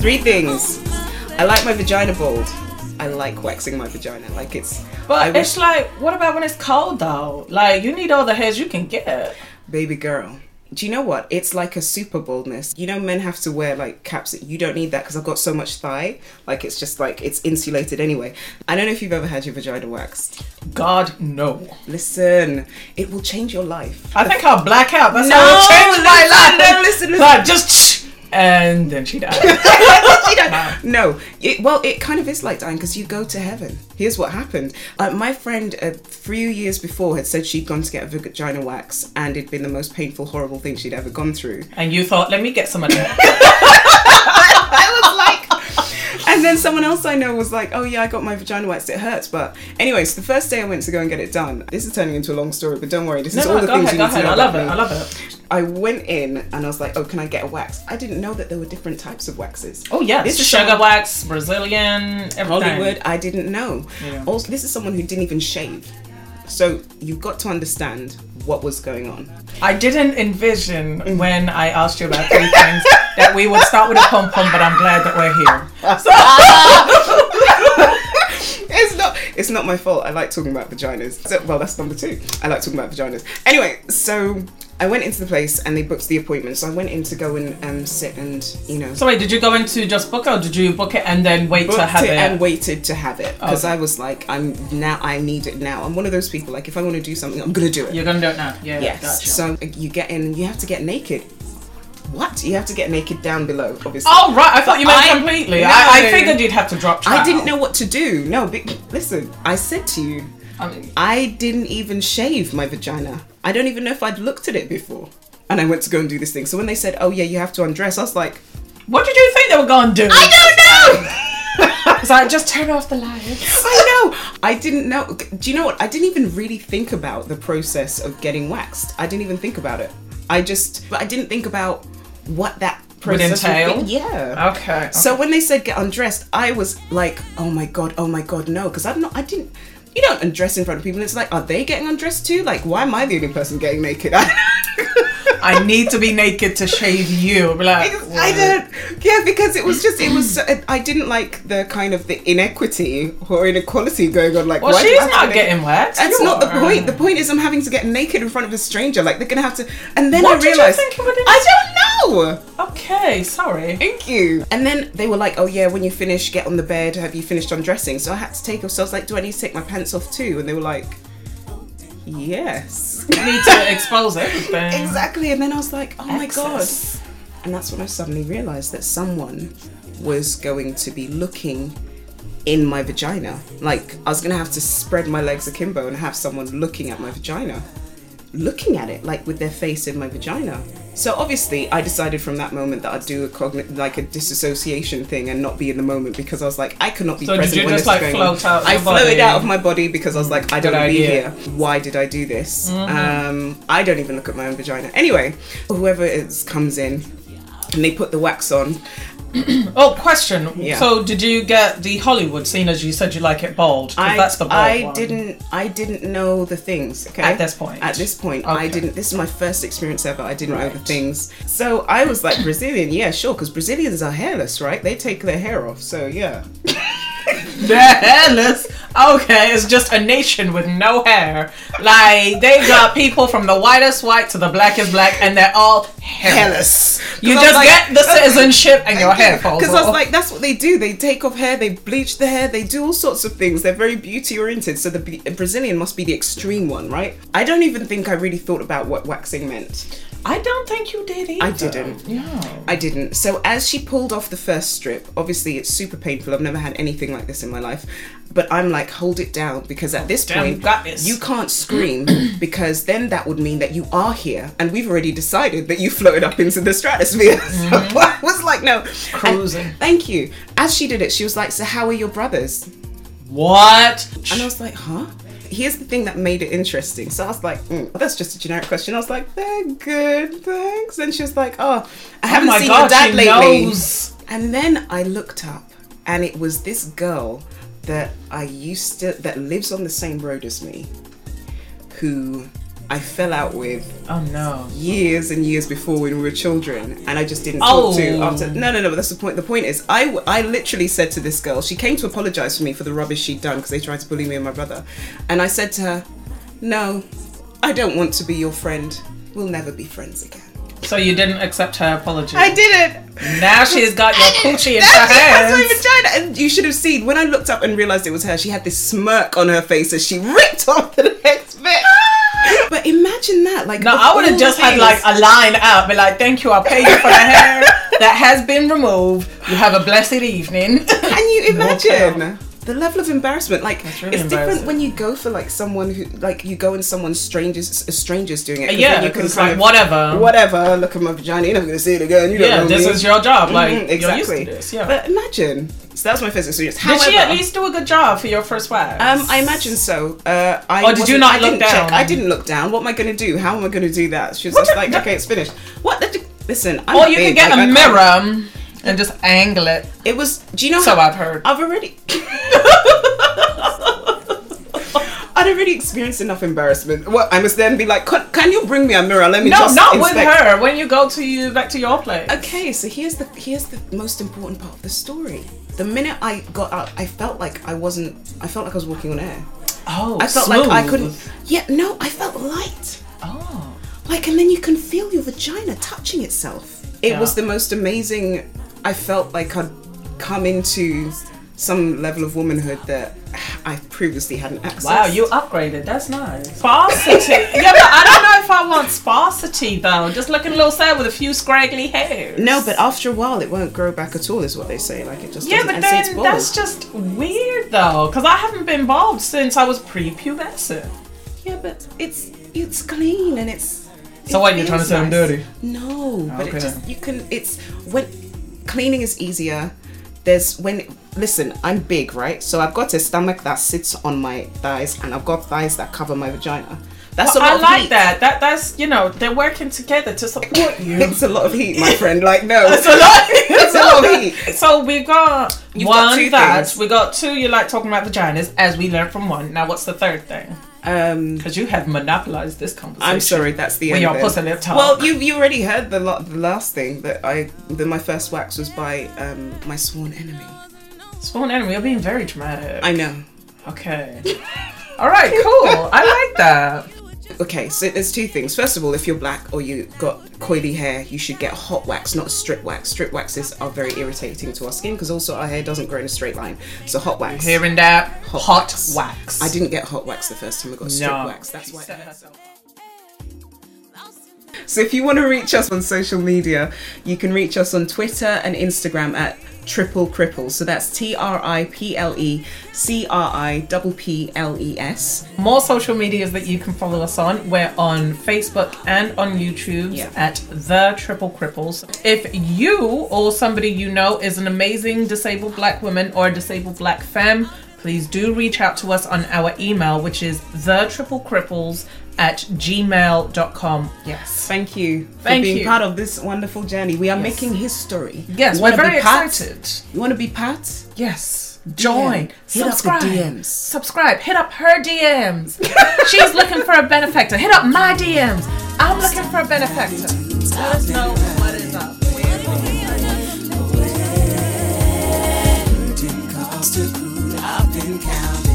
Three things. I like my vagina bald. I like waxing my vagina. Like it's. I But wish- it's like, what about when it's cold though? Like, you need all the hairs you can get. baby girl do you know what it's like a super baldness you know men have to wear like caps you don't need that because i've got so much thigh like it's just like it's insulated anyway i don't know if you've ever had your vagina waxed God, no. listen it will change your life I think I'll black out. That's No, how it changed my listen, life. no, listen, listen. Like, just, and then she died. You don't- no it, well it kind of is like dying because you go to heaven here's what happened uh, my friend a few years before had said she'd gone to get a vagina wax and it'd been the most painful horrible thing she'd ever gone through and you thought, let me get some of that. I was like, and then someone else I know was like, oh yeah, I got my vagina waxed. It hurts, but anyways, the first day I went to go and get it done. This is turning into a long story, but don't worry. This No, is no, all the go things you ahead, go need to ahead. know I love about it, me. I love it. I went in and I was like, oh, can I get a wax? I didn't know that there were different types of waxes. Oh, yeah. This is Sugar someone- wax, Brazilian, everything. Hollywood. I didn't know. Yeah. Also, this is someone who didn't even shave. So you've got to understand what was going on. I didn't Mm. envision when I asked you about three things that we would start with a pom pom, but I'm glad that we're here. It's not. It's not my fault. I like talking about vaginas. So, well, that's number two. I like talking about vaginas. Anyway, so I went into the place and they booked the appointment. So I went in to go and um, sit and you know So wait, did you go into just book it or did you book it and then wait booked to have it it? Oh. and waited to have it because Okay. I was like, I'm now. I need it now. I'm one of those people. Like, if I want to do something, I'm gonna do it. You're gonna do it now. Yeah. yes. Gotcha. So uh, you get in. You have to get naked. What? You have to get naked down below, obviously. oh right, I thought you meant I- completely. No. I, I figured you'd have to drop. Trial. I didn't know what to do. No, be- listen. I said to you, I mean, I didn't even shave my vagina. I don't even know if I'd looked at it before. And I went to go and do this thing. So when they said, "Oh yeah, you have to undress," I was like, what did you think they were gonna do? "I don't know." It's like just turn off the lights. I know. I didn't know. Do you know what? I didn't even really think about the process of getting waxed. I didn't even think about it. I just, but I didn't think about what that process would entail? be. Yeah. Okay. okay. So when they said get undressed, I was like, oh my god, oh my god, no, because I'm not, I didn't. You don't undress in front of people. It's like, are they getting undressed too? Like, why am I the only person getting naked? I, I need to be naked to shave you. Be like, I don't. Yeah, because it was just, it was. So, I didn't like the kind of the inequity or inequality going on. Like, Well, why do I she's have to not be- getting wet. That's You not the are. point. The point is, I'm having to get naked in front of a stranger. Like, they're gonna have to. And then What I did you realized, think you were doing? I don't know. Okay. Sorry. Thank you. And then they were like, oh yeah, when you finish, get on the bed. Have you finished undressing? So I had to take off. So I was like, do I need to take my pants off too? And they were like, yes. You need to expose everything. exactly. And then I was like, oh my God. Access. And that's when I suddenly realized that someone was going to be looking in my vagina. Like, I was going to have to spread my legs akimbo and have someone looking at my vagina. Looking at it, like with their face in my vagina. So obviously, I decided from that moment that I'd do a cogni- like a disassociation thing and not be in the moment because I was like, I cannot be So did present you when just, this is like, going float on. out I your floated body? out of my body because I was like, I don't Mm. Good want to be idea. Mm. here why did I do this? Um, I don't even look at my own vagina. Anyway, whoever is comes in and they put the wax on. Oh, question. Yeah. So, did you get the Hollywood scene as you said you like it bold? 'Cause I Oh, that's the bold I one. didn't I didn't know the things. Okay. At this point. At this point, I Okay. didn't. This is my first experience ever. I didn't know the Right. things. So I was like Brazilian, yeah, sure, because Brazilians are hairless, right? They take their hair off. So yeah. They're hairless. Okay, it's just a nation with no hair. Like they got people from the whitest white to the blackest black, and they're all hairless. Hairless. You 'Cause I just was get the like- citizenship, and your hair falls Because I was off. like, that's what they do. They take off hair, they bleach the hair, they do all sorts of things. They're very beauty oriented. So the B- Brazilian must be the extreme one, right? I don't even think I really thought about what waxing meant. I don't think you did either. I didn't. Yeah. I didn't. So as she pulled off the first strip, obviously it's super painful. I've never had anything like this in my life. But I'm like, hold it down because at this damn, point, you got this. you can't scream because then that would mean that you are here. And we've already decided that you floated up into the stratosphere. So I was like, no. And Mm-hmm. Cruising. thank you. As she did it, she was like, so how are your brothers? What? And I was like, huh? Here's the thing that made it interesting. So I was like, mm, that's just a generic question. I was like, they're good, thanks. And she was like, oh, I haven't my seen God, your dad she lately. knows. And then I looked up and it was this girl that I used to that lives on the same road as me, who I fell out with Oh no. years and years before when we were children and I just didn't Oh. talk to after no no no but that's the point the point is I, w- I literally said to this girl she came to apologize for me for the rubbish she'd done because they tried to bully me and my brother and I said to her no I don't want to be your friend we'll never be friends again So you didn't accept her apology. I didn't now she's got your coochie in her that's hands. my vagina and you should have seen when I looked up and realized it was her she had this smirk on her face as she ripped off the next bit but imagine that like No, of I would all have just had things- like a line out, be like, "Thank you, I pay you for the hair that has been removed. You have a blessed evening." Can you Walk out. imagine the level of embarrassment? Like really it's different embarrassing. when you go for like someone who like you go and someone strangers a strangers doing it. 'cause yeah, then you because can it's kind like of- whatever. Whatever, look at my vagina, you're never gonna see it again. You Yeah, don't know this me. is your job. Like Mhm, you're used exactly. to this. Yeah. But imagine. So that's my first experience. did However, she at least do a good job for your first wife? um, I imagine so. Uh, I Or Oh, did wasn't- you not I look didn't down? Check. I didn't look down. What am I going to do? How am I going to do that? She was What just the- like, the- okay, it's finished. What? the- Listen, I'm or you big, could get like, I a can't- mirror and just angle it. It was. Do you know? So how, I've heard. I've already. I'd already experienced enough embarrassment. What I must then be like, can, can you bring me a mirror? Let me No, just not with inspect. her. When you go to you back to your place. Okay, so here's the here's the most important part of the story. The minute I got out, I felt like I wasn't. I felt like I was walking on air. Oh, I felt smooth. like I couldn't. Yeah, no, I felt light. Oh, Like, and then you can feel your vagina touching itself. It Yeah. was the most amazing. I felt like I'd come into some level of womanhood that I previously hadn't accessed. wow, you upgraded. That's nice. Sparsity. yeah, but I don't know if I want sparsity though. Just looking a little sad with a few scraggly hairs. No, but after a while, it won't grow back at all, is what they say. Like it just Yeah, doesn't. but and so it's then bald. that's just weird though, because I haven't been bald since I was prepubescent. yeah, but it's it's clean and it's. So it what, you're trying feels to say I'm dirty? No, but Okay. it just you can. It's when cleaning is easier. There's when listen, I'm big, right? So I've got a stomach that sits on my thighs, and I've got thighs that cover my vagina. That's a lot I of like heat. that. That that's you know they're working together to support you. It's a lot of heat, my friend. Like no, It's a lot. It's a lot of heat. So we got You've got one two that things. we got two. You like talking about vaginas, as we learned from one. Now what's the third thing? Um, Because you have monopolized this conversation. I'm sorry, that's the When end. your then. pussy lip talk. Well, you you already heard the lo- the last thing that I that my first wax was by um my sworn enemy. Spawn enemy. You're being very dramatic. I know. okay. All right. Cool. I like that. Okay, so there's two things. First of all, if you're black or you got coily hair, you should get hot wax, not strip wax. Strip waxes are very irritating to our skin because also our hair doesn't grow in a straight line. So hot wax. Hearing that hot, Hot wax. wax. I didn't get hot wax the first time I got strip wax. That's why. it hurt. So if you want to reach us on social media, you can reach us on Twitter and Instagram at Triple Cripple. So that's T R I P L E C R I P P L E S. More social medias that you can follow us on. We're on Facebook and on YouTube Yeah. at The Triple Cripples. If you or somebody you know is an amazing disabled black woman or a disabled black femme, please do reach out to us on our email, which is The Triple Cripples at gmail.com. Yes. Thank you for Thank being you. part of this wonderful journey. We are making history. Yes, You we're wanna be very part? excited. You want to be part? Yes. Join. Hit up the subscribe. DMs. Subscribe. Hit up her DMs. She's looking for a benefactor. Hit up my DMs. I'm looking for a benefactor. Let us know what is up. Cost a cool, I've been counting.